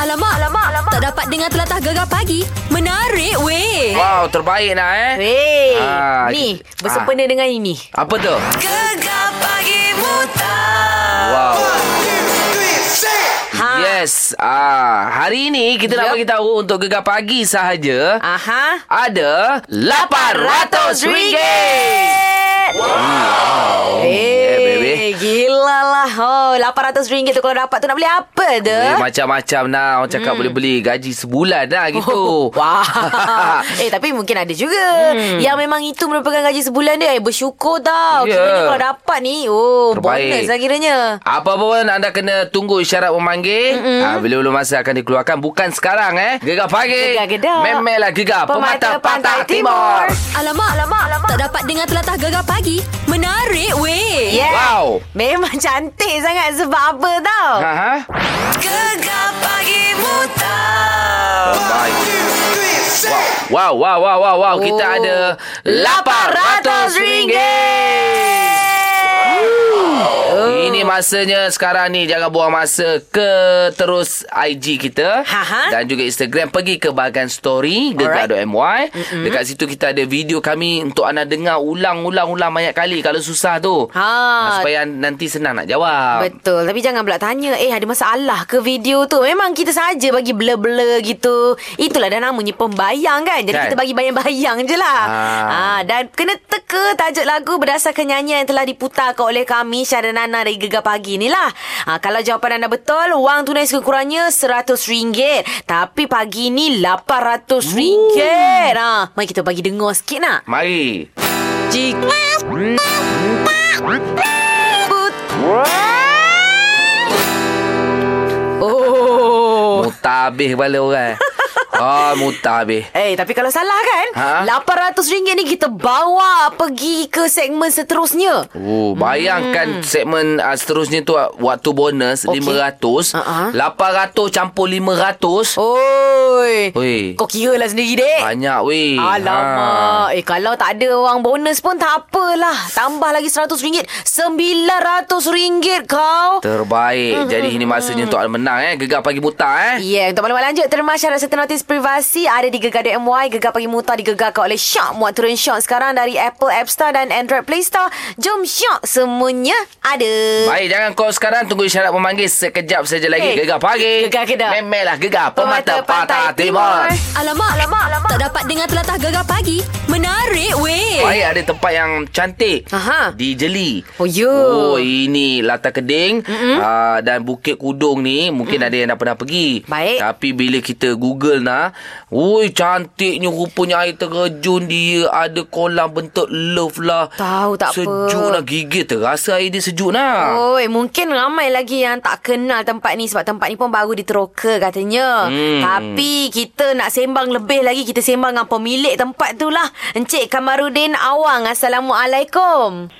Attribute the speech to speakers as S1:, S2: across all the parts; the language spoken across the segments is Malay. S1: Alamak, alamak, alamak. Tak dapat dengar telatah gegar pagi. Menarik weh.
S2: Wow, terbaik lah eh.
S3: Weh,
S2: Ah,
S3: ni
S2: ki-
S3: bersempena dengan ini.
S2: Apa tu?
S1: Gegar pagi buta.
S2: Wow.
S3: Ha.
S2: Yes. Ah, hari ini kita
S3: Yup.
S2: nak bagi tahu untuk gegar pagi sahaja
S3: Aha.
S2: ada RM800.
S3: Wow.
S2: Yeah, baby.
S3: Eh, gila lah. Oh, RM800 tu kalau dapat tu nak beli apa tu?
S2: Eh, macam-macam lah Orang
S3: Hmm.
S2: cakap boleh beli gaji sebulan lah
S3: Oh,
S2: gitu
S3: Wah. eh tapi mungkin ada juga hmm. yang memang itu merupakan gaji sebulan dia. Eh bersyukur tau.
S2: Ya.
S3: Yeah. Kiranya kalau dapat ni, oh
S2: Terbaik.
S3: bonus lah kiranya.
S2: Apa pun anda kena tunggu isyarat memanggil. Mm-hmm. Ha, bila-bila masa akan dikeluarkan. Bukan sekarang eh. Gegar pagi.
S3: Gegar gedak.
S2: Memelah gegar. Pemata, Pantai, Timur.
S1: Alamak, alamak, alamak. Tak dapat dengar telatah gegar pagi. Menarik weh.
S3: Yeah.
S2: Wow.
S3: Memang cantik sangat sebab apa tau?
S2: Ha, ha.
S1: Gegar pagi buta.
S2: Baik. Wow, wow, wow, wow, wow. Kita
S3: Oh.
S2: ada RM800. Oh.
S3: Oh.
S2: Ini masanya sekarang ni Jangan buang masa Ke terus IG kita
S3: Ha-ha.
S2: Dan juga Instagram Pergi ke bahagian story Gegar.my Dekat situ kita ada video kami Untuk anda dengar Ulang-ulang-ulang banyak kali Kalau susah tu
S3: Ha.
S2: Supaya nanti senang nak jawab
S3: Betul Tapi jangan pula tanya Eh ada masalah ke video tu Memang kita saja bagi blur-blur gitu Itulah dah namanya pembayang kan Jadi
S2: Kan?
S3: kan? kita bagi bayang-bayang je lah
S2: Ah.
S3: ha. Dan kena teka tajuk lagu Berdasarkan nyanyian yang telah diputarkan oleh kami Syara Nana dari Gegar Pagi ni lah ha, Kalau jawapan anda betul Wang tunai sekurang-kurangnya RM100 Tapi pagi ni RM800 ha. Mari kita bagi dengar sikit nak
S2: Mari
S3: Jika Oh.
S2: Mutabih kepala orang Ah, mutabih
S3: Eh, tapi kalau salah kan,
S2: Ha?
S3: RM800 ni kita bawa pergi ke segmen seterusnya.
S2: Oh, bayangkan hmm. segmen uh, seterusnya tu uh, waktu bonus
S3: Okey.
S2: okay.
S3: Ah,
S2: 500,
S3: ah.
S2: uh-huh. 800 campur 500. Oh.
S3: Oi. ha.
S2: Oi.
S3: Kau kira lah sendiri, dek.
S2: Banyak weh. Ha,
S3: Alamak. Eh, kalau tak ada orang bonus pun tak apalah. Tambah lagi RM100. RM900 kau.
S2: Ha. Terbaik. Jadi ini masanya untuk anda menang eh. Gegar pagi buta eh.
S3: Ya, yeah, untuk maklumat lanjut, terma syarat serta notis privasi ada di Gegar MY, Gegar Pagi Muta digegarkan oleh Syok. Muat turun Syok sekarang dari Apple App Store dan Android Play Store. Jom Syok, semuanya ada.
S2: Baik, jangan call sekarang. Tunggu isyarat memanggil sekejap saja lagi.
S3: Eh,
S2: Gegar pagi.
S3: Gegar Kedah.
S2: Memelah gegar. Pemata, Pantai, Timur.
S1: Alamak, alamak, alamak. Tak dapat dengar telatah gegar pagi. Menarik weh.
S2: Baik, ada tempat yang cantik.
S3: Aha.
S2: Di Jeli.
S3: Oh, ya.
S2: Oh, ini Lata Keding uh, dan Bukit Kudung ni mungkin ada yang dah pernah pergi.
S3: Mm. Baik.
S2: Tapi bila kita Google nah, ui cantiknya rupanya air terjun dia ada kolam bentuk love lah.
S3: Tahu tak apa. Oh.
S2: Sejuk lah gigit terasa air dia sejuk nah.
S3: Oi, mungkin ramai lagi yang tak kenal tempat ni sebab tempat ni pun baru diteroka katanya.
S2: Hmm.
S3: Tapi kita nak sembang lebih lagi, kita sembang dengan pemilik tempat tu lah. Encik Kamarudin Awang, Assalamualaikum.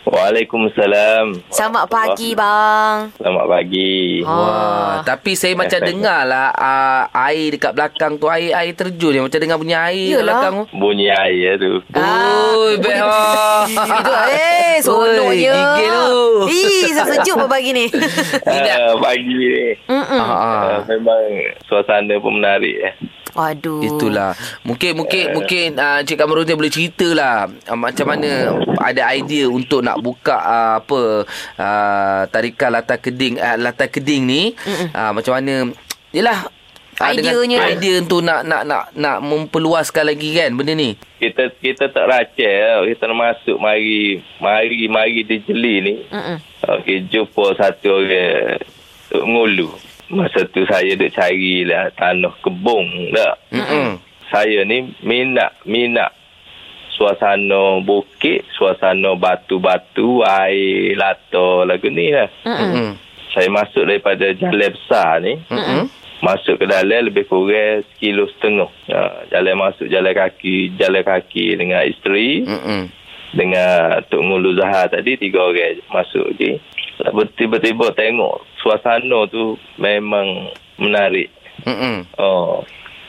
S4: Waalaikumsalam.
S3: Selamat pagi, bang. Ha.
S4: Selamat pagi.
S2: Wah, Ah, tapi saya macam dengar lah uh, air dekat belakang tu air air terjun yang macam dengar bunyi air dekat
S3: Yelah.
S2: belakang tu.
S4: Bunyi air tu.
S2: Oi, beha.
S3: Gitu, eh, seronoknya.
S2: Oi, gigil tu.
S3: Ih, sesejuk apa pagi ni.
S4: Ah, pagi ni.
S3: Hmm.
S2: Ah, ah.
S4: Ah, memang suasana pun menarik. Eh.
S3: Aduh.
S2: Itulah. Mungkin mungkin mungkin uh, Cik Kamarudin boleh ceritalah uh, macam mana ada idea untuk nak buka uh, apa uh, tarikan latar keding uh, latar keding ni uh, macam mana yalah ah, dengan
S3: Ideanya lah.
S2: idea untuk nak nak nak nak memperluaskan lagi kan benda ni.
S4: Kita kita tak racik tau. Kita masuk mari mari mari di jeli ni.
S3: Mm-mm.
S4: Okey, jumpa satu orang Tok Ngulu. Masa tu saya duk cari lah tanah kebung tak.
S2: Hmm.
S4: Saya ni minat minat suasana bukit, suasana batu-batu, air latar lagu ni lah.
S2: Hmm.
S4: saya masuk daripada jalan besar ni
S2: Hmm.
S4: masuk ke dalam lebih kurang sekilo setengah ha, jalan masuk jalan kaki jalan kaki dengan isteri
S2: Hmm.
S4: dengan Tok Ngulu Zahar tadi tiga orang je masuk je Lepas tu tiba-tiba tengok suasana tu memang menarik
S2: Hmm.
S4: oh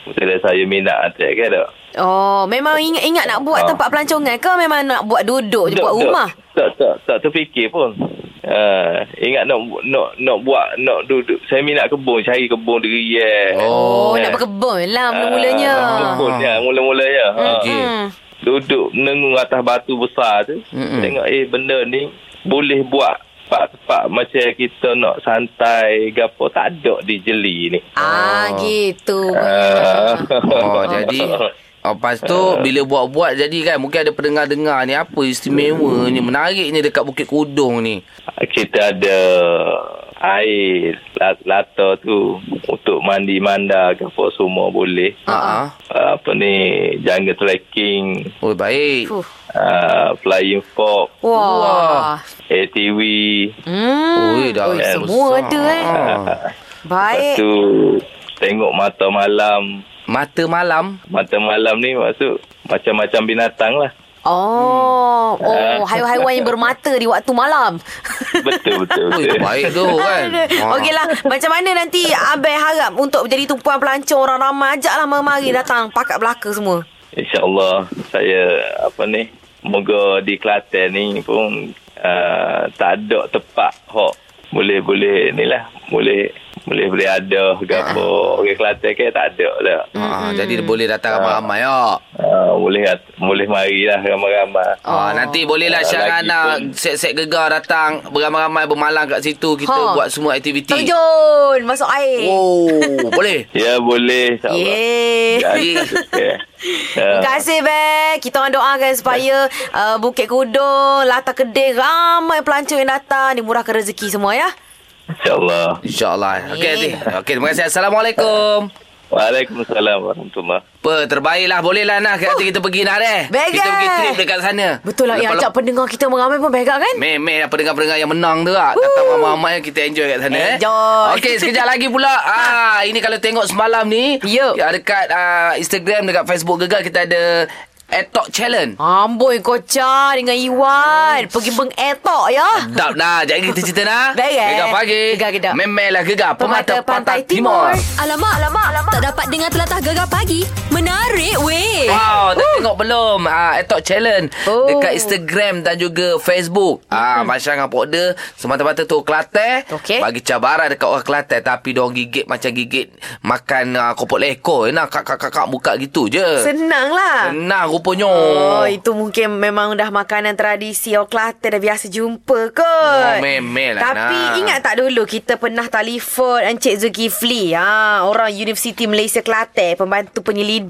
S4: Betul saya minat atas kan tak?
S3: Oh, memang ingat, ingat nak buat
S4: Ah.
S3: tempat pelancongan ke memang nak buat duduk je buat rumah?
S4: Tak, tak, tak terfikir pun. Uh, ingat nak nak nak buat nak duduk saya minat kebun cari kebun diri eh.
S3: Oh,
S4: Eh.
S3: nak berkebun lah
S4: Ah,
S3: mula-mulanya. Mm.
S4: Kebun ya, mula-mulanya. Ha.
S2: Okey.
S3: Hmm.
S4: Duduk menengung atas batu besar tu.
S2: Mm-mm.
S4: Tengok eh benda ni boleh buat tempat-tempat macam kita nak santai gapo tak ada di jeli ni.
S3: Ah, gitu.
S4: Ah.
S2: Oh, jadi oh, Lepas tu
S4: Eh.
S2: Bila buat-buat Jadi kan Mungkin ada pendengar-dengar ni Apa
S4: Hmm.
S2: istimewa ni Menarik ni Dekat Bukit Kudung ni
S4: kita ada air la- lata tu untuk mandi manda ke apa semua boleh.
S2: Ah, ah.
S4: Uh, apa ni jangka trekking,
S2: Oh baik
S3: Fuh.
S4: uh, flying fox,
S3: Wah.
S4: ATV.
S3: Hmm.
S2: Oi, dah
S3: Oi,
S2: besar.
S3: semua ada eh.
S2: Ah.
S4: Lepas
S3: Baik.
S4: tu tengok mata malam.
S2: Mata malam
S4: Mata malam ni maksud macam-macam binatang lah.
S3: Oh, oh,
S4: Ah.
S3: haiwan-haiwan yang bermata di waktu malam.
S4: Betul betul.
S2: Oi,
S4: betul.
S2: Oh, baik tu kan Ah.
S3: Okeylah, macam mana nanti Abang harap untuk jadi tumpuan pelancong orang ramai ajaklah mari datang pakat belaka semua.
S4: InsyaAllah saya apa ni moga di Kelantan ni pun uh, tak ada tempat hok boleh boleh ni lah boleh boleh boleh ada ke apa
S3: Ah.
S4: orang Kelantan ke tak ada dah.
S3: Hmm.
S2: Ah, Jadi boleh datang ramai-ramai ya.
S4: Uh, boleh boleh marilah ramai-ramai.
S3: Oh.
S2: Ah, nanti bolehlah
S4: Ah,
S2: Syah
S4: lagi
S2: Ana
S4: pun.
S2: set-set gegar datang beramai-ramai bermalam kat situ kita
S3: Ha.
S2: buat semua aktiviti.
S3: Terjun masuk air.
S2: Oh, boleh.
S4: Ya boleh insyaAllah.
S3: Yeay.
S4: Jadi,
S2: eh,
S4: yeah.
S3: Terima
S4: Uh,
S3: kasih Bek Kita orang doakan supaya uh, Bukit Kudung Lata Kedai Ramai pelancong yang datang Dimurahkan rezeki semua ya
S4: InsyaAllah.
S2: InsyaAllah. Okey,
S3: Amin.
S2: Aziz. Okey, terima kasih. Assalamualaikum.
S4: Waalaikumsalam warahmatullahi
S2: Apa, lah. terbaiklah. Bolehlah nah kat kita pergi nah deh.
S3: Bagus.
S2: Kita pergi trip dekat sana.
S3: Betul lah Yang ajak pendengar kita Mengamai pun Bek kan
S2: Meh-meh apa pendengar-pendengar yang menang tu lah. Datang ramai-ramai kita enjoy kat sana. eh.
S3: Enjoy. Ha.
S2: Okey, sekejap lagi pula. ah, ini kalau tengok semalam ni.
S3: Yup.
S2: ya, Dekat ah, Instagram, dekat Facebook Gegar kita ada Etok Challenge.
S3: Ha. Amboi kocak Dengan Iwan Pergi mengetok ya
S2: Sedap nah. Jangan kita cerita nah.
S3: Beres.
S2: Gegar pagi.
S3: Gegar gedap.
S2: Memelah gegar. Pemata, Pantai, Timur.
S1: Alamak, alamak, alamak. Tak dapat dengar telatah gegar pagi.
S3: Eh.
S1: Menarik weh.
S2: Wow, dah tengok belum? Ah, Etok Challenge
S3: Oh.
S2: dekat Instagram dan juga Facebook. Ah, masyarakat Pokda semata-mata tu Kelate
S3: Okey.
S2: bagi cabaran dekat orang Kelate tapi dia orang gigit macam gigit makan ah, kopok leko. Nah, kakak-kakak buka gitu je.
S3: Senang lah
S2: Senang rupanya.
S3: Oh, itu mungkin memang dah makanan tradisi orang Kelantan dah biasa jumpa kot.
S2: Oh, memel lah,
S3: Tapi
S2: Nak.
S3: ingat tak dulu kita pernah telefon Encik Zulkifli, ha, orang Universiti Malaysia Kelantan, pembantu penyelidik.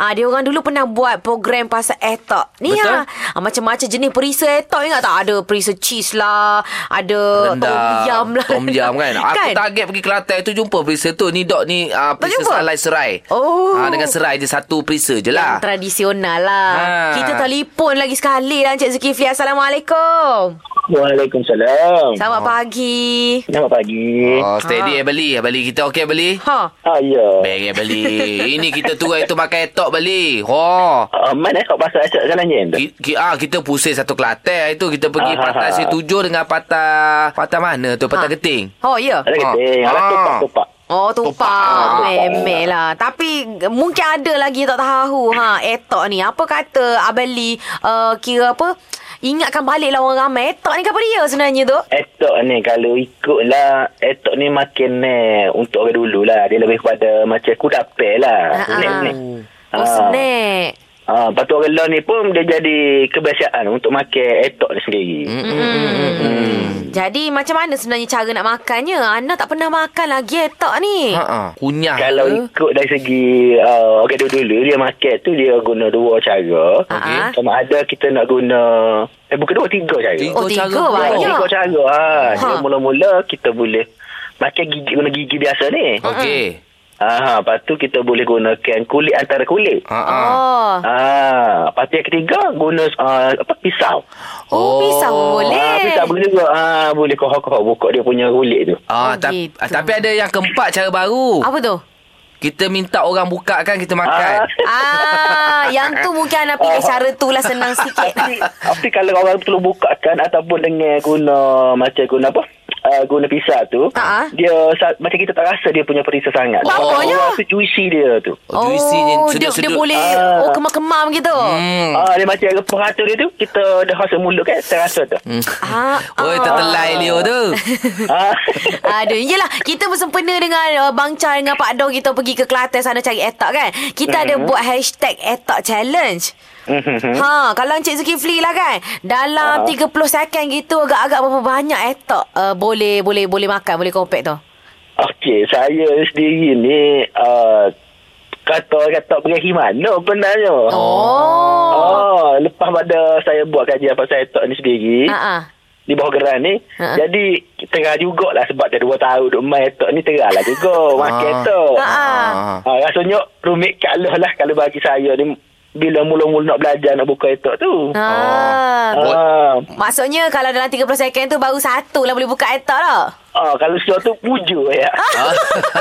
S3: Ha, dia orang dulu pernah buat program pasal etok. Ni ha,
S2: Betul.
S3: ha, macam-macam jenis perisa etok ingat tak? Ada perisa cheese lah, ada
S2: Rendang
S3: tom yam lah.
S2: Tom yam kan Aku target pergi Kelantan tu Jumpa perisa tu Ni dok ni uh, Perisa
S3: jumpa?
S2: salai serai
S3: Oh.
S2: ha, Dengan serai je Satu perisa je
S3: Yang
S2: lah
S3: tradisional lah
S2: Ha.
S3: Kita telefon lagi sekali lah Encik Zulkifli Assalamualaikum
S5: Waalaikumsalam.
S3: Selamat pagi
S5: Selamat pagi.
S2: Oh
S3: Ah.
S2: steady eh beli Beli kita okey beli
S3: Ha.
S5: Ah, ya.
S2: Beri beli Ini kita turun itu Pakai etok beli Oh
S5: Ah, mana kau pasal acak jalan je?
S2: Ki, ki, ah, kita pusing satu Kelantan itu kita pergi
S5: Ah, ha,
S2: patah
S5: ha.
S2: si tujuh dengan patah patah mana tu patah
S3: Ha.
S2: keting
S3: Oh, ya.
S5: Ada kata,
S2: Ah.
S5: alah topak, topak.
S3: Oh, tumpah. Memel lah. Tapi eh, mungkin ada lagi tak tahu. Ha, etok ni. Apa kata Abang Lee uh, kira apa? Ingatkan baliklah orang ramai. Etok ni apa dia sebenarnya tu?
S5: Etok ni kalau ikut lah Etok ni makin ni Untuk orang dulu lah Dia lebih kepada macam kudapai lah
S3: Ha, ha.
S5: Snack ni
S3: Oh,
S5: Ah.
S3: snack.
S5: Ah, Lepas tu orang lain ni pun Dia jadi kebiasaan Untuk makan etok ni sendiri
S3: Hmm. Jadi macam mana sebenarnya cara nak makannya? Ana tak pernah makan lagi etok ni.
S2: Ha ah. Kunyah
S5: Kalau
S2: ke?
S5: ikut dari segi uh, Orang dulu-dulu Dia makan tu Dia guna dua cara
S3: Okey.
S5: Sama ada kita nak guna Eh bukan dua, tiga cara
S2: Tiga
S3: Oh, tiga
S2: cara pula.
S5: Ya,
S3: banyak.
S5: Ikut cara ha. Dia
S3: Ha.
S5: mula-mula kita boleh makan gigi guna gigi biasa ni.
S2: Okey.
S5: Ah, ha, lepas tu kita boleh gunakan kulit antara kulit.
S2: Ha ah.
S3: Oh.
S5: Ah, lepas tu yang ketiga guna uh, apa pisau.
S3: Oh, pisau pun boleh.
S5: Ah, pisau boleh juga. Ah, boleh kohok-kohok buka dia punya kulit tu.
S2: Ah,
S3: Oh,
S2: ta-
S3: gitu.
S2: tapi ada yang keempat cara baru.
S3: Apa tu?
S2: Kita minta orang buka kan kita
S5: Ah.
S2: makan.
S3: Ah, yang tu mungkin Ana pilih cara tu lah senang sikit.
S5: Tapi kalau orang perlu buka kan ataupun dengan guna macam guna apa? uh, guna pisau tu,
S3: Ah.
S5: dia sa- macam kita tak rasa dia punya perisa sangat.
S3: Tak apa je.
S5: Rasa juicy dia tu.
S2: Oh, juicy je.
S3: oh, dia, dia
S2: Sedap-sedap.
S3: boleh
S5: Ah.
S3: oh, kemam-kemam gitu.
S2: Hmm.
S5: Ah, dia macam ada peratur dia tu, kita dah rasa mulut kan, terasa tu.
S2: Hmm.
S3: Ah,
S2: Oi,
S3: ah.
S2: tertelai Leo tu.
S5: Ah.
S3: Aduh, yelah kita bersempena dengan uh, Bang Chai dengan Pak Dor kita pergi ke Kelantan sana cari etak kan. Kita ada buat hashtag etak challenge. Ha, kalau Encik Zulkifli lah kan Dalam 30 second gitu Agak-agak berapa banyak etak uh, Boleh boleh boleh makan Boleh kompek tu
S5: Okey, saya sendiri ni uh, kata-kata pergi mana sebenarnya.
S3: Oh,
S5: Oh, lepas pada saya buat kajian pasal etok ni sendiri,
S3: Ah, ah.
S5: di bawah geran ni,
S3: Ha.
S5: jadi tengah jugalah sebab dah dua tahun duk main etok ni tengah lah juga makan
S2: Ah.
S5: etok.
S3: Ah, ah.
S2: Ah.
S5: Ha, rasanya rumit kalah lah kalau bagi saya ni bila mula-mula nak belajar nak buka etok tu.
S2: Oh.
S5: Ha.
S3: Ah.
S2: Buat-
S3: Maksudnya kalau dalam 30 second tu Baru satu lah boleh buka etak lah
S5: Ah, kalau sudah tu puja ya.
S2: Ah.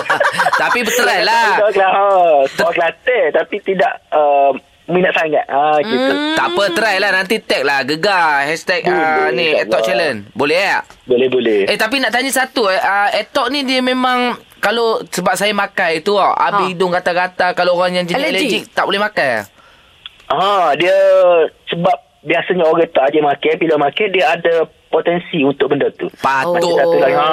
S2: Tapi berterai lah.
S5: Orang Kelantan, ha, orang Kelantan tapi tidak uh, minat sangat. Ha, gitu.
S2: Tak apa, try lah. Nanti tag lah. Gegar. Hashtag ah,
S5: Boleh,
S2: ni,
S5: insyaAllah.
S2: Etok Challenge. Boleh tak?
S5: Boleh boleh.
S2: Eh, tapi nak tanya satu. Eh, ah, Etok ni dia memang... Kalau sebab saya makan itu ah, habis
S3: Ha.
S2: hidung rata-rata kalau orang yang jenis
S3: Allergy.
S2: allergic tak boleh makan.
S5: Ha, dia sebab biasanya orang tak aje makan, bila makan dia ada potensi untuk benda tu.
S2: Patut.
S5: Macam satu lagi. Ha.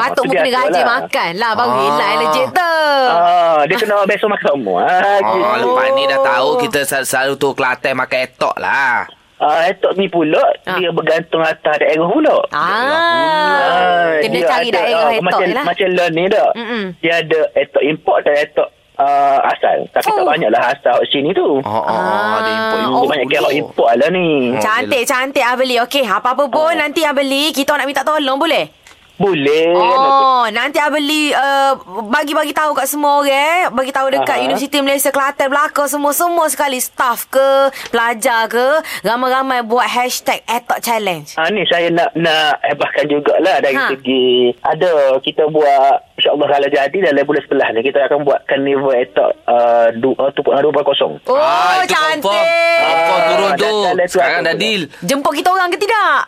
S3: Patut mu
S5: tu
S3: kena
S5: biasalah.
S3: gaji makan lah Baru
S2: Ah.
S3: hilang allergic tu
S5: Ha, dia kena besok makan semua.
S3: Ah,
S5: Ha, gitu.
S2: Oh, lepas ni dah tahu kita sel- selalu tu Kelantan makan etok lah.
S5: Ah, etok ni pula
S3: Ah.
S5: dia bergantung atas daerah pula. Ha,
S3: Ah, kena
S5: dia
S3: cari
S5: ada,
S3: daerah
S5: ah,
S3: etok
S5: macam,
S3: je lah.
S5: Macam learn ni dah.
S3: Mm-mm.
S5: Dia ada etok import dan etok uh, asal. Tapi tak
S3: Oh.
S5: banyak lah asal sini tu.
S2: Oh, oh, oh, dia import.
S3: Ah,
S5: Dia
S2: import
S5: banyak
S2: pula.
S5: kira import lah ni.
S3: Cantik, cantik Abeli. Okey, apa-apa
S5: Ah.
S3: pun nanti Abeli kita nak minta tolong boleh?
S5: Boleh.
S3: Oh, nanti Abeli uh, bagi-bagi tahu kat semua orang, eh. bagi tahu dekat
S5: Aha.
S3: Universiti Malaysia Kelantan belaka semua-semua sekali staff ke, pelajar ke, ramai-ramai buat hashtag Etok Challenge.
S5: Ha, ni saya nak nak hebahkan jugalah dari
S3: Ha.
S5: ha. segi ada kita buat insyaAllah kalau jadi dalam bulan sebelah ni kita akan buat carnival etok uh, du, uh, tupuk dengan dua kosong.
S3: Oh,
S2: Ah, itu
S3: cantik.
S2: Confirm, confirm turun
S5: Ah,
S2: tu.
S5: dah- dah- dah tu
S2: Sekarang
S5: aku
S2: dah
S5: tengok.
S2: deal.
S3: Jemput kita orang ke tidak?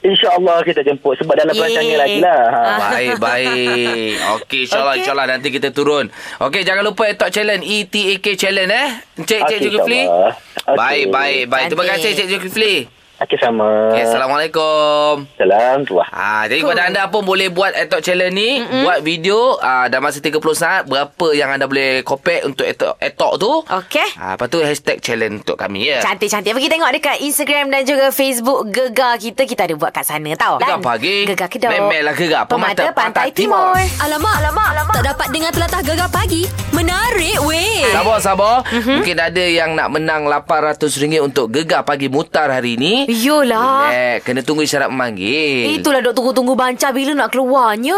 S5: InsyaAllah kita jemput sebab dalam
S3: Yeay.
S5: perancangan lagi lah. Ha.
S3: Ah.
S2: Baik, baik. Okey,
S3: Okey.
S2: insyaAllah, okay. insyaAllah nanti kita turun. Okey, jangan lupa Etok Challenge, E ETAK Challenge eh. Encik, Encik
S5: Okey,
S2: Zulkifli.
S5: insyaAllah. Okey. Ah.
S2: Baik, baik, baik. Terima
S3: Cantik.
S2: kasih Encik Zulkifli.
S5: Okey sama.
S2: Okay, Assalamualaikum.
S5: Salam tuah.
S2: Ah, jadi kepada anda pun boleh buat Etok Challenge ni, mm-hmm. buat video ah, dalam masa 30 saat berapa yang anda boleh kopek untuk Etok, etok tu.
S3: Okey.
S2: Ah, lepas tu hashtag challenge untuk kami ya.
S3: Cantik-cantik Pergi tengok dekat Instagram Dan juga Facebook Gegar kita Kita ada buat kat sana tau
S2: Gegar pagi.
S3: Gegar kedok
S2: Memelah gegar
S3: Pemata
S2: pemata
S3: Pantai,
S2: Pantai
S3: Timur,
S2: Timur.
S1: Alamak, alamak, alamak. Tak dapat dengar telatah gegar pagi. Menarik weh.
S2: Sabar, sabar.
S5: Mhm.
S2: Mm-hmm. Mungkin ada yang nak menang RM800 untuk gegar pagi mutar hari ini.
S3: Yolah
S2: Relax. Eh, Kena tunggu isyarat memanggil.
S3: Itulah dok tunggu-tunggu banca Bila nak keluarnya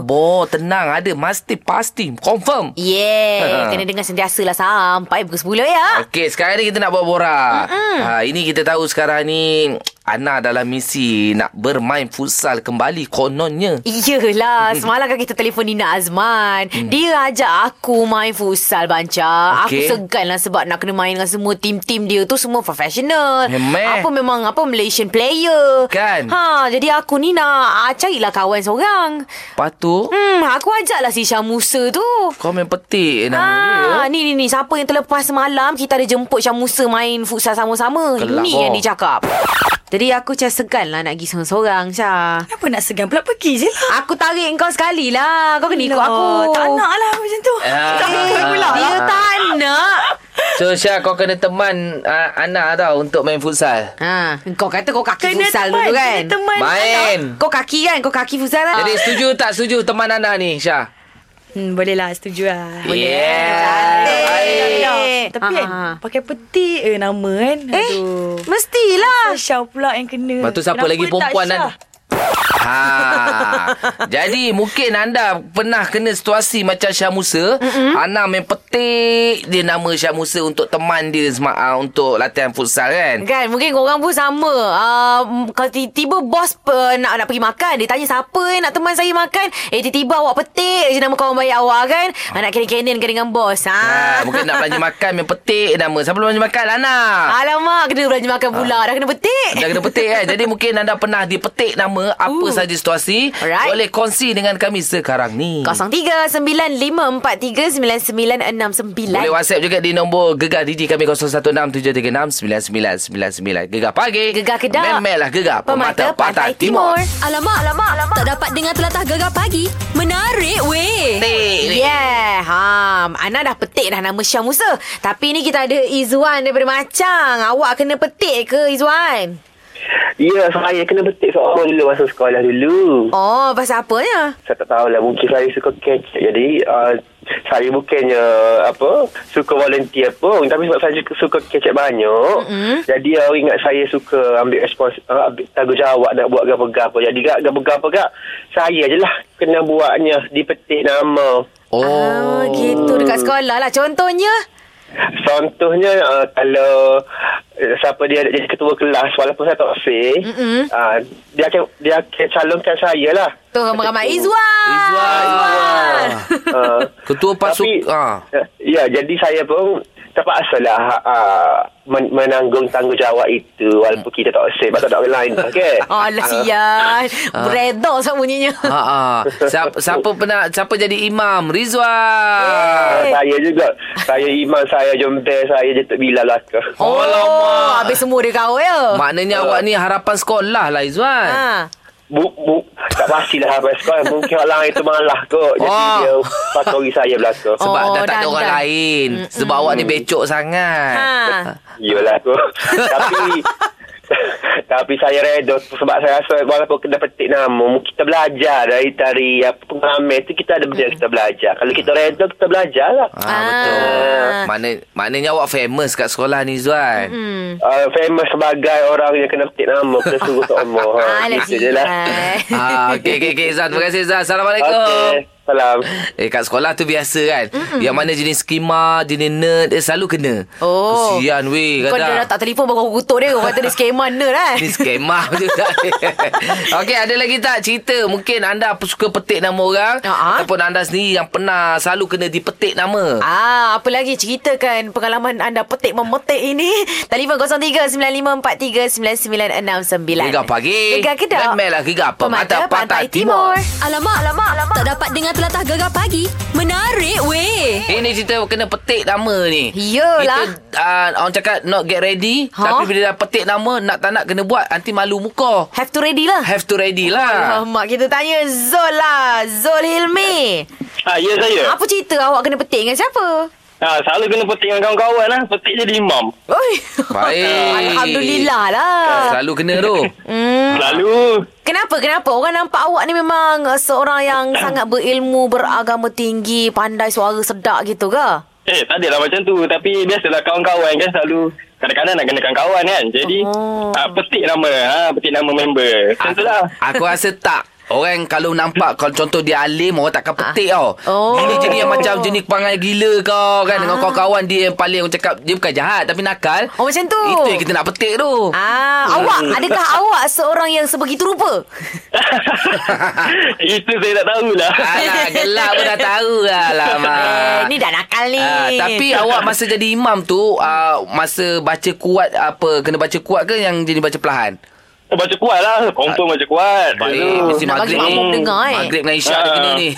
S2: Sabar, tenang. Ada mesti, pasti. Confirm.
S3: Ya. Yeah Kena dengar sentiasa lah Sampai pukul 10 ya
S2: Okey, sekarang ni kita nak borak-borak. Ha, ini kita tahu sekarang ni Ana dalam misi nak bermain futsal kembali kononnya. Mm-hmm.
S3: Iyalah Semalam kan kita telefon Nina Azman
S2: Mm.
S3: Dia ajak aku main futsal banca
S2: Okey.
S3: Aku segan lah sebab nak kena main dengan semua Tim-tim dia tu semua professional
S2: Memang.
S3: Apa memang apa Malaysian player
S2: Kan?
S3: ha, Jadi aku ni nak ah, Carilah kawan seorang
S2: Lepas tu,
S3: Hmm, Aku ajaklah si Syah Musa tu
S2: kau main petik nama dia.
S3: Ah, ni ni ni siapa yang terlepas semalam kita ada jemput Syah Musa main futsal sama-sama.
S2: Kelak,
S3: Ini yang
S2: oh.
S3: dia cakap. Jadi aku macam segan lah nak pergi seorang-seorang Syah.
S6: Kenapa nak segan pula pergi je lah.
S3: Aku tarik kau sekali lah. Kau kena ikut
S6: Alah,
S3: aku.
S6: Tak nak lah macam tu.
S2: Ah.
S6: Tak
S3: Eh,
S6: nak pula
S3: dia
S6: lah.
S3: tak nak.
S2: So, Syah, kau kena teman uh, Ana tau untuk main futsal.
S3: Ha, kau kata kau kaki
S6: Kena
S3: futsal
S6: teman,
S3: dulu kan?
S6: kena teman.
S2: Main.
S3: Kau kaki kan? Kau kaki futsal kan?
S2: Jadi, setuju tak setuju teman Ana ni, Syah?
S6: Hmm, boleh lah, setuju lah.
S2: Yeah.
S3: Cantik.
S6: Tapi kan,
S3: Ah.
S6: pakai peti eh, nama kan.
S3: Eh, Ah.
S6: Aduh.
S3: mestilah.
S6: Syah pula yang kena.
S2: Lepas tu siapa
S6: Kenapa
S2: lagi
S6: tak
S2: perempuan
S6: Syah?
S2: dan Ha. Jadi mungkin anda pernah kena situasi macam Syah Musa, mm-hmm. Ana main petik dia nama Syah Musa untuk teman dia sema, uh, untuk latihan futsal kan.
S3: Kan mungkin korang pun sama uh, Kalau tiba-tiba bos uh, nak nak pergi makan Dia tanya siapa eh, nak teman saya makan Eh tiba-tiba awak petik je nama kawan baik awak kan ah, Nak kena-kena kan dengan bos ha.
S2: Ha, mungkin nak belanja makan main petik nama. Siapa belanja makan Ana?
S6: Ah.
S3: Alamak kena belanja makan pula Ah. Dah kena petik
S2: Dah kena petik kan Jadi mungkin anda pernah dipetik nama Apa apa saja situasi
S3: Alright.
S2: boleh kongsi dengan kami sekarang
S3: Hmm.
S2: ni.
S3: 0395439969.
S2: Boleh WhatsApp juga di nombor Gegar DJ kami 0167369999. Gegar pagi.
S3: lah, Gegar Kedah.
S2: Memelah Gegar Pemata, Pantai, Timur.
S1: Alamak, alamak, alamak. Tak dapat dengar telatah gegar pagi. Menarik weh.
S2: Timur.
S3: Yeah ha, Ana dah petik dah nama Syah Musa Tapi ni kita ada Izzuan daripada Macang Awak kena petik ke Izzuan?
S5: Ya, saya kena petik soal dulu masa sekolah dulu.
S3: Oh pasal apanya?
S5: saya tak tahulah mungkin saya suka kecek jadi uh, saya bukannya uh, apa suka volunteer pun tapi sebab saya suka, suka kecek banyak mm-hmm. jadi orang ingat saya suka ambil respons uh, ambil tanggungjawab nak buat gapa-gapa jadi gak gapa-gapa gak saya je lah kena buatnya dipetik nama
S2: Oh.
S3: Ah, gitu dekat sekolah lah Contohnya
S5: Contohnya uh, kalau uh, siapa dia jadi ketua kelas walaupun saya tak fair,
S3: Mm-mm.
S5: uh, dia akan dia akan calonkan saya lah.
S3: Tu ramai-ramai Izzuan
S2: Izzuan.
S5: Uh,
S2: Ketua pasuk
S5: Tapi,
S2: ah.
S5: eh, Ya, jadi saya pun terpaksalah uh, men- menanggung tanggungjawab itu walaupun kita tak save tak ada orang lain. Okey.
S3: Oh,
S2: Ah.
S5: Ah.
S3: Alah sian Beredor uh. bunyinya
S2: Ha ah. Siapa, siapa pernah siapa jadi imam? Rizwan.
S5: Uh, saya juga Saya imam saya Jember saya Jatuh bila lah ke
S3: Oh,
S2: Oh, lama.
S3: habis semua dia kau ya.
S2: Maknanya awak ni harapan sekolah lah Izwan.
S3: Ha.
S5: bu, bu, Tak pastilah apa sekolah Mungkin orang lain tu malah kot Jadi
S2: Oh.
S5: dia Patori saya belakang oh.
S2: Sebab
S3: Oh,
S2: dah tak ada
S3: dan-
S2: orang
S3: dan.
S2: lain. Sebab awak ni becok sangat.
S3: Ha.
S5: Yelah kot Tapi tapi saya reda sebab saya rasa walaupun kena petik nama kita belajar dari dari apa pengalaman itu kita ada benda yang kita belajar kalau kita reda kita belajar lah
S2: Ah, betul. Ha. Makna, maknanya awak famous kat sekolah ni Zuan.
S3: Hmm.
S5: uh, famous sebagai orang yang kena petik nama kena suruh tok umur ha,
S3: Alah
S5: gitu je lah
S3: sian.
S2: Ah, okey okey okey Zan. Terima kasih Zan. Assalamualaikum.
S5: Okay, salam
S2: Eh kat sekolah tu biasa kan. Mm-mm. Yang mana jenis skema, jenis nerd dia selalu kena.
S3: Oh.
S2: Kesian weh
S3: Kau dah
S2: kadang.
S3: tak telefon Baru kau kutuk dia Kata dia skema nerd kan
S2: Ni skema je lah. tak Okey ada lagi tak cerita Mungkin anda suka petik nama orang
S3: Ah, ah.
S2: Ataupun anda sendiri yang pernah Selalu kena dipetik nama
S3: Ah, apa lagi ceritakan pengalaman anda petik memetik ini? Telefon 0395439969.
S2: Gegar pagi.
S3: Gegar Kedah.
S2: Memelah Gegar Pemata Pantai Timur.
S1: Alamak, alamak, alamak. Tak dapat dengar telatah gegar pagi. Menarik weh.
S2: Ini cerita kena petik nama ni
S3: Yelah.
S2: Kita uh, Orang cakap not get ready
S3: Ha?
S2: Tapi bila dah petik nama Nak tak nak kena buat Nanti malu muka
S3: Have to ready lah.
S2: Have to ready lah
S3: Alamak, kita tanya Zul lah. Zul Hilmi.
S7: Ah, ya saya.
S3: Apa cerita awak kena petik dengan siapa?
S7: Ah, selalu kena petik dengan kawan-kawan lah. Petik jadi imam.
S3: Oi.
S2: Baik
S3: Alhamdulillah lah.
S2: Selalu kena tu
S7: Hmm. Selalu.
S3: Kenapa? Kenapa? Orang nampak awak ni memang uh, seorang yang sangat berilmu, beragama tinggi, pandai suara sedap gitu ke?
S7: Eh, tak adalah macam tu. Tapi biasalah kawan-kawan kan selalu kadang-kadang nak kenakan kawan kan. Jadi,
S3: Oh.
S7: oh. ah, petik nama. Ah, petik nama member. Macam tu lah.
S2: Aku rasa tak Orang kalau nampak Kalau contoh dia alim Orang takkan petik tau
S3: Oh. Ah.
S2: Dia jenis yang macam Jenis perangai gila kau kan Dengan kawan-kawan dia yang paling Orang cakap Dia bukan jahat Tapi nakal
S3: Oh, macam tu.
S2: Itu yang kita nak petik tu
S3: Ah, awak adakah awak seorang yang sebegitu rupa?
S7: Itu saya tak tahulah.
S2: Alah gelap pun dah tahu Alamak
S3: Eh, ni dah nakal ni.
S2: Ah, tapi awak masa jadi imam tu ah, Masa baca kuat Apa Kena baca kuat ke Yang jadi baca perlahan
S7: Baca kuat lah. Confirm baca kuat.
S2: Baik Mesti
S3: Nak bagi
S2: maghrib ni
S3: makmum dengar, eh.
S2: Maghrib dengan isyak
S7: Ah.
S2: dia kena ni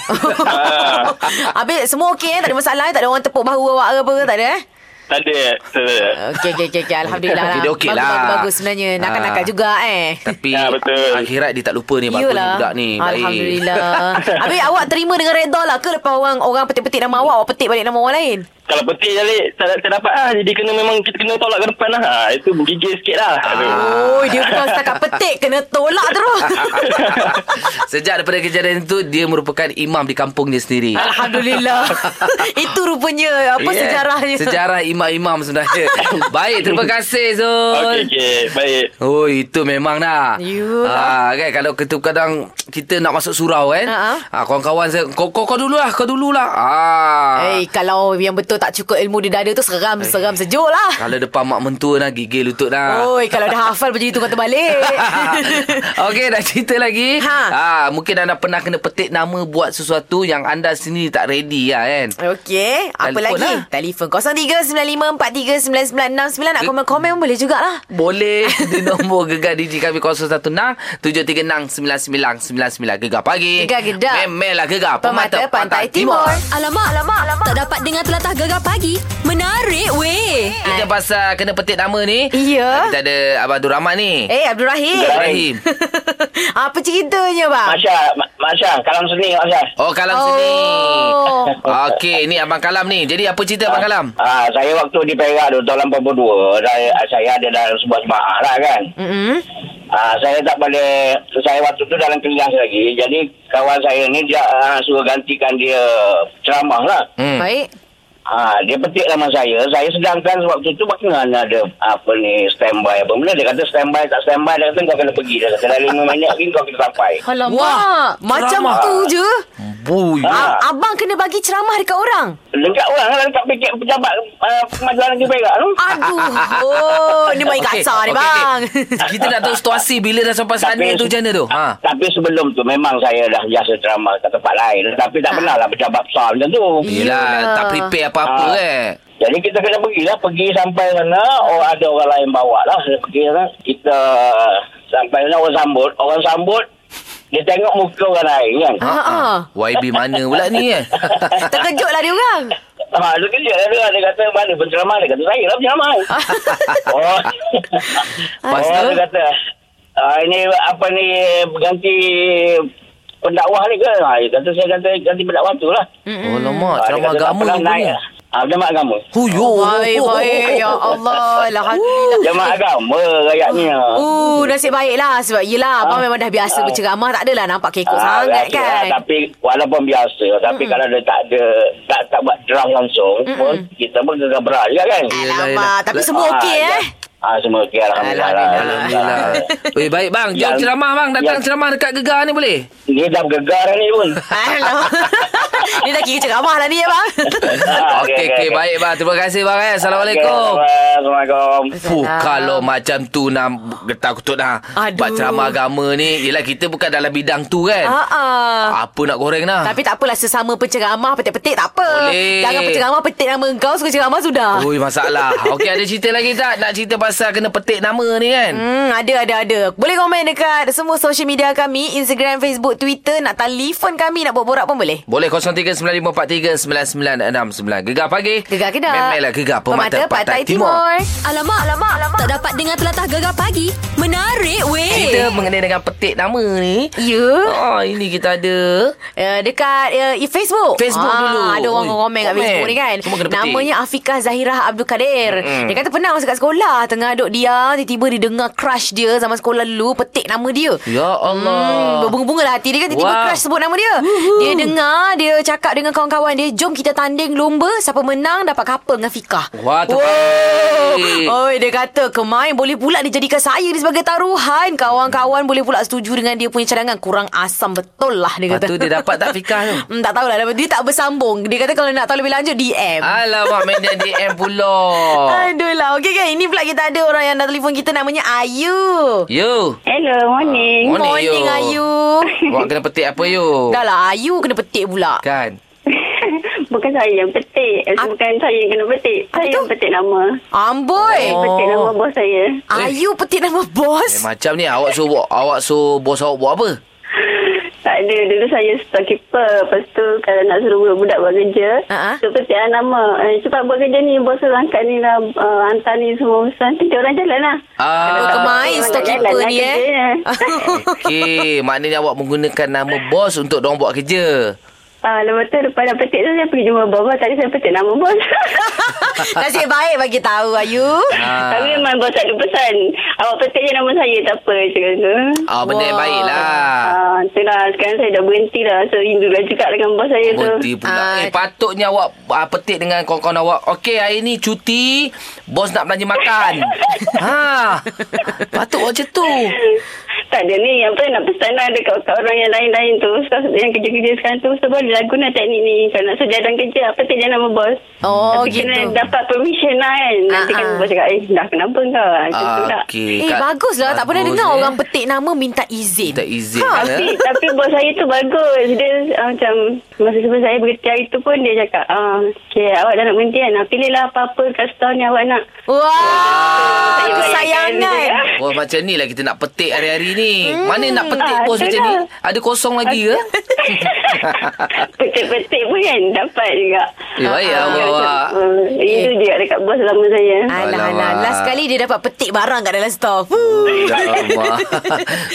S7: Ah,
S3: Habis semua okey eh? Tak ada masalah eh? Tak ada orang tepuk bahu awak ke apa ke? Tak ada eh?
S7: tak ada. Tak ada.
S3: Okey, okey, okey. Okay. Alhamdulillah lah.
S2: Okey, dia okey
S3: bagus,
S2: lah.
S3: Bagus, bagus sebenarnya. Nakal-nakal
S2: Ah.
S3: juga eh.
S2: Tapi
S7: Ya, betul.
S2: Akhirat dia tak lupa ni Bagus ni budak ni Baik.
S3: Alhamdulillah. Habis awak terima dengan reda lah ke lepas orang orang petik-petik nama awak, awak petik balik nama orang lain?
S7: Kalau petik jalik tak, tak dapat lah Jadi kena memang Kita kena tolak ke depan lah ha, Itu gigil sikit lah
S2: Ah.
S7: Aduh.
S3: Oh, dia bukan setakat petik. Kena tolak terus.
S2: Sejak daripada kejadian itu Dia merupakan imam di kampung dia sendiri
S3: Alhamdulillah. Itu rupanya apa
S2: Yeah.
S3: sejarahnya.
S2: Sejarah imam-imam sebenarnya Baik, terima kasih Zul
S7: Okey okey Baik
S2: Oh itu memang dah.
S3: Ya.
S2: Ah kan kalau kita kadang kita nak masuk surau kan.
S3: Ha-ha.
S2: Ah kawan-kawan saya kau kau, kau dululah, kau dululah. Ah.
S3: Eh, kalau yang betul tak cukup ilmu di dada tu
S2: Eh.
S3: seram, seram sejuk lah.
S2: Kalau depan mak mentua dah gigil lutut dah.
S3: Oi, kalau dah hafal macam itu kau terbalik.
S2: Okey dah cerita lagi
S3: Ha.
S2: ha. Mungkin anda pernah kena petik nama Buat sesuatu yang anda sendiri tak ready lah kan
S3: Okey, apa
S2: Telefon
S3: lagi?
S2: lah.
S3: Telefon 0395439969 nak
S2: Eh.
S3: komen-komen boleh jugalah.
S2: boleh di nombor Gegar Digi kami 016-736-9999 Gegar pagi
S3: Gegar Gedak.
S2: Memelah Gegar
S3: Pemata Pantai Timur.
S1: Alamak, alamak, alamak. Tak dapat dengar telatah gegar pagi. Menarik weh.
S2: Kita pasal kena petik nama ni
S3: Ya.
S2: Kita ada Abang Abdul Rahman ni
S3: Eh, Abdul Rahim.
S2: Abdul Rahim.
S3: apa ceritanya bang?
S5: Masya, Ma- Masya, kalam seni Masya.
S2: Oh Kalam
S3: Oh.
S2: sini Okey ni Abang Kalam ni Jadi apa cerita Abang Kalam?
S5: Ah, saya waktu di Perak tu tahun 82, saya saya ada dalam sebuah jemaah lah kan.
S3: Mm-mm.
S5: Ah, saya tak boleh saya waktu tu dalam kelas lagi. Jadi kawan saya ni dia ah, suruh gantikan dia ceramah lah.
S2: Hmm.
S3: Baik.
S5: Ah, dia petik nama saya. Saya sedangkan waktu tu bakalan ada apa ni standby apa benda dia kata standby tak standby dia kata kau kena pergi dia kata dalam 5 minit lagi kau kena sampai.
S3: Alamak,
S2: Wah,
S3: macam
S2: ceramah.
S3: tu je.
S2: Bui.
S5: Ah.
S3: A- abang kena bagi ceramah dekat orang.
S5: Dekat orang lah dekat fikir pejabat uh, kemajuan negeri Perak tu.
S2: Ah,
S3: Aduh. Oh, ni main
S2: Okey,
S3: kasar ni
S2: okey,
S3: bang.
S2: okey. Kita nak tahu situasi bila dah sampai sana tu macam mana tu. Ha.
S5: Tapi sebelum tu memang saya dah biasa ceramah kat tempat lain. Tapi
S2: Ah.
S5: tak pernah lah pejabat besar macam tu.
S2: Yelah,
S3: Yelah.
S2: tak prepare apa-apa
S5: Ah.
S2: eh.
S5: Jadi kita kena pergilah. Pergi sampai sana. Or ada orang lain bawa lah. Saya pergi sana. Kita sampai sana orang sambut. Orang sambut. Dia tengok muka orang lain kan.
S2: Ha.
S3: ah.
S2: ha. YB mana pula ni eh?
S3: Terkejutlah lah dia orang.
S5: Ha, dia kerja lah dia. Dia kata, mana penceramah? Dia kata, saya lah penceramah. oh.
S2: Lepas
S5: oh,
S2: tu?
S5: dia kata, ah, ini apa ni, berganti pendakwah ni ke? Ha, dia kata, saya kata, ganti pendakwah tu lah.
S2: oh lama,
S5: Ah, dia
S2: ceramah
S5: kata, tak
S2: agama
S5: apalah,
S2: ni
S5: naik
S2: punya.
S5: lah. Ah, jemaah agama.
S2: Huyo.
S3: Oh, Baik, baik. Ya Allah. Alhamdulillah.
S5: Jemaah agama rakyatnya.
S3: Uh, nasib baiklah sebab yelah abang
S5: Ah.
S3: memang dah biasa
S5: Ah.
S3: berceramah tak adalah nampak kekok
S5: Ah,
S3: sangat
S5: biasa lah.
S3: kan.
S5: Tapi walaupun biasa, tapi kalau dia tak ada, tak, tak buat draft langsung, pun kita pun gegabra juga kan.
S2: Yelah,
S3: Alamak,
S2: yelah.
S3: tapi
S2: Lah-
S3: semua
S5: Ah,
S3: okey
S5: ya.
S3: eh.
S5: Ah, semua okey alhamdulillah.
S2: Alhamdulillah. Weh, baik bang. Jom
S5: Yang-
S2: ceramah bang. Datang
S5: yang-
S2: ceramah dekat Gegar ni boleh?
S5: Dia dah bergegar ni pun.
S3: Alah. Ni dah kira ceramah lah ni ya bang.
S5: Ah, okey,
S2: Okey,
S5: okey,
S2: okey.
S5: okey.
S2: Baik bang. Terima kasih bang eh. Assalamualaikum.
S5: Okey, Assalamualaikum.
S2: Fuh, kalau macam tu nak getar kutuk dah.
S3: Aduh.
S2: ha. Buat ceramah agama ni. Yelah, kita bukan dalam bidang tu kan.
S3: Ha ah.
S2: Apa nak goreng dah?
S3: Tapi tak apalah sesama penceramah petik-petik tak apa.
S2: Boleh.
S3: Jangan penceramah petik nama engkau suka ceramah sudah.
S2: Ui masalah Okey ada cerita lagi tak Nak cerita pasal Kena petik nama ni kan
S3: Hmm, ada, ada, ada. Boleh komen dekat semua social media kami. Instagram, Facebook, Twitter. Nak telefon kami, nak borak-borak pun boleh.
S2: Boleh 0395439969 Gegar pagi
S3: Gegar Kedah.
S2: Memelah gegar Pemata, Pantai, Timur,
S1: Alamak, alamak, alamak. Tak dapat dengar telatah gegar pagi. Menarik weh.
S2: Kita mengenai dengan petik nama ni
S3: Ya. Yeah.
S2: Oh ini kita ada
S3: Uh, dekat uh, i- Facebook
S2: Facebook dulu.
S3: Ada orang
S2: Oi,
S3: komen kat
S2: komen.
S3: Facebook ni kan
S2: Semua kena petik.
S3: Namanya Afiqah Zahirah Abdul Kadir
S2: Mm-mm.
S3: Dia kata pernah masa kat sekolah Tengah duduk dia Tiba-tiba dia dengar crush dia Zaman sekolah dulu Petik nama dia
S2: Ya
S3: Hmm,
S2: Allah
S3: berbunga-bunga lah hati dia kan tiba-tiba
S2: Wow.
S3: crush sebut nama dia. Dia dengar, dia cakap dengan kawan-kawan dia, "Jom kita tanding lomba, siapa menang dapat couple dengan Fika."
S2: Wah terbaik
S3: Oh, dia kata, "Kemain boleh pula dia jadikan saya ni sebagai taruhan. Kawan-kawan boleh pula setuju dengan dia punya cadangan. Kurang asam betul lah." Dia
S2: Lepas
S3: kata.
S2: tu dia dapat tak Fikah tu
S3: Hmm, tak tahulah Dia tak bersambung Dia kata kalau nak tahu lebih lanjut DM
S2: Alamak main dia DM pula Ah.
S3: Aduh lah Okey kan Ini pula kita ada orang yang dah telefon kita Namanya Ayu
S2: Yo
S8: Hello, morning.
S2: Morning,
S3: Morning
S2: Ayu.
S3: Ayu
S2: Awak kena petik apa yo
S3: Dah lah Ayu kena petik pula
S2: Kan
S8: bukan saya yang petik. Eh,
S3: Ah.
S8: Bukan saya yang kena petik.
S3: Apa
S8: Saya
S3: tu?
S8: yang petik nama.
S3: Amboi
S2: Oh.
S8: Saya petik nama bos saya.
S3: Ayu petik nama
S2: Eh,
S3: bos.
S2: macam ni awak suruh buat, awak suruh bos awak buat apa?
S8: Tak ada. Dulu saya storekeeper. Lepas tu kalau nak suruh budak-budak buat kerja,
S3: Ah, ah.
S8: tu petik lah nama. Eh, cepat buat kerja ni. Bos suruh angkat ni lah. Uh, hantar ni semua urusan. Nanti dia orang jalan lah.
S3: Oh,
S2: Ah,
S3: kemain
S8: Orang
S3: storekeeper
S8: jalan lah
S3: ni eh.
S8: kerjanya.
S2: okey, maknanya awak menggunakan nama bos untuk dorang buat kerja.
S8: Ah, lepas tu lepas dah petik tu saya pergi jumpa bos. Tadi saya petik nama bos.
S3: Nasib baik bagi tahu Ayu.
S2: Ah.
S8: Tapi memang bos ada pesan. Awak petik je nama saya. Tak apa. Cakap tu.
S2: Ah, benda yang
S3: Wah.
S2: baiklah.
S8: Ah, itulah sekarang saya dah berhenti dah. So rindulah juga dengan bos saya tu.
S2: Berhenti pula.
S3: Ah.
S2: Eh, patutnya awak ah, petik dengan kawan-kawan awak. Okey, hari ni cuti. Bos nak belanja makan. ha. Patut awak macam tu.
S8: tak ada ni apa nak pesan lah dekat, dekat orang yang lain-lain tu so, yang kerja-kerja sekarang tu so boleh lah guna teknik ni kalau nak sudah dalam kerja apa tak jangan nama bos
S3: Oh,
S8: Tapi
S3: gitu.
S8: kena dapat permission lah kan nanti
S3: Ah,
S8: kan
S3: ah.
S8: bos cakap eh dah kenapa kau ha, macam tu lah
S2: Ah, Okey.
S3: Eh,
S2: Kak-
S3: baguslah. Tak pernah
S2: bagus,
S3: dengar
S2: eh.
S3: orang petik nama minta izin.
S2: Minta izin.
S3: Ha,
S2: eh.
S8: tapi, tapi bos saya tu bagus Dia uh, macam Masa sebelum saya berhenti hari tu pun Dia cakap ah, Okay awak dah nak berhenti kan Ah, Pilihlah apa-apa kat setahun ni awak nak
S2: Ah,
S3: Wah,
S8: Saya kan. bayarkan
S3: kesayangan.
S8: dia.
S2: Wah macam ni lah kita nak petik hari-hari ni. Hmm. Mana nak petik
S8: Ah,
S2: bos
S8: tu
S2: macam
S8: dah.
S2: ni? Ada kosong lagi ke?
S8: Petik-petik pun kan Dapat juga
S2: Eh, baik lah
S8: Ah,
S2: awak.
S8: macam, ah, Itu
S3: Eh.
S8: je dekat bos lama saya
S3: Alah, alah.
S2: Alamak.
S3: Last kali dia dapat petik barang kat dalam store.
S2: Ya Allah.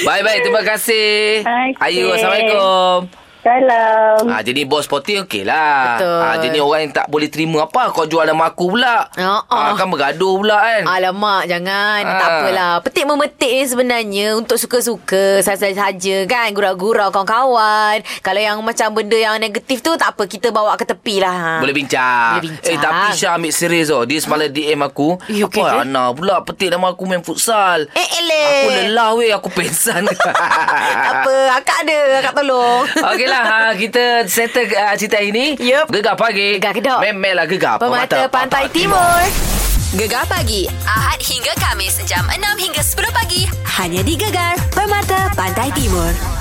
S2: Baik-baik terima kasih.
S8: Okey.
S2: Ayu Assalamualaikum.
S8: Salam
S2: Ah jadi bos sporting okey lah.
S3: Betul.
S2: Ah jadi orang yang tak boleh terima apa kau jual nama aku pula.
S3: Ah, ah.
S2: Ah kan bergaduh pula kan.
S3: Alamak, jangan.
S2: Ah.
S3: Tak apalah. Petik memetik ni sebenarnya untuk suka-suka, saja-saja kan. Gurau-gurau kawan-kawan. Kalau yang macam benda yang negatif tu, tak apa. Kita bawa ke tepi lah. Ha.
S2: Boleh bincang.
S3: Boleh bincang.
S2: Eh tapi Syah ambil serius tau. Dia semalam DM aku.
S3: Eh, okey ke?
S2: apa Ana pula petik nama aku main futsal.
S3: Eh, eleh.
S2: Aku lelah weh aku pensan.
S3: tak apa. Akak ada. Akak tolong.
S2: Okeylah ha, kita settle uh, cerita ini.
S3: Yup.
S2: Gegar pagi.
S3: Gegar kedok.
S2: Memelah gegar.
S3: Pemata Pantai Timur.
S1: Gegar pagi Ahad hingga Kamis jam 6 hingga 10 pagi hanya di Gegar Permata Pantai Timur.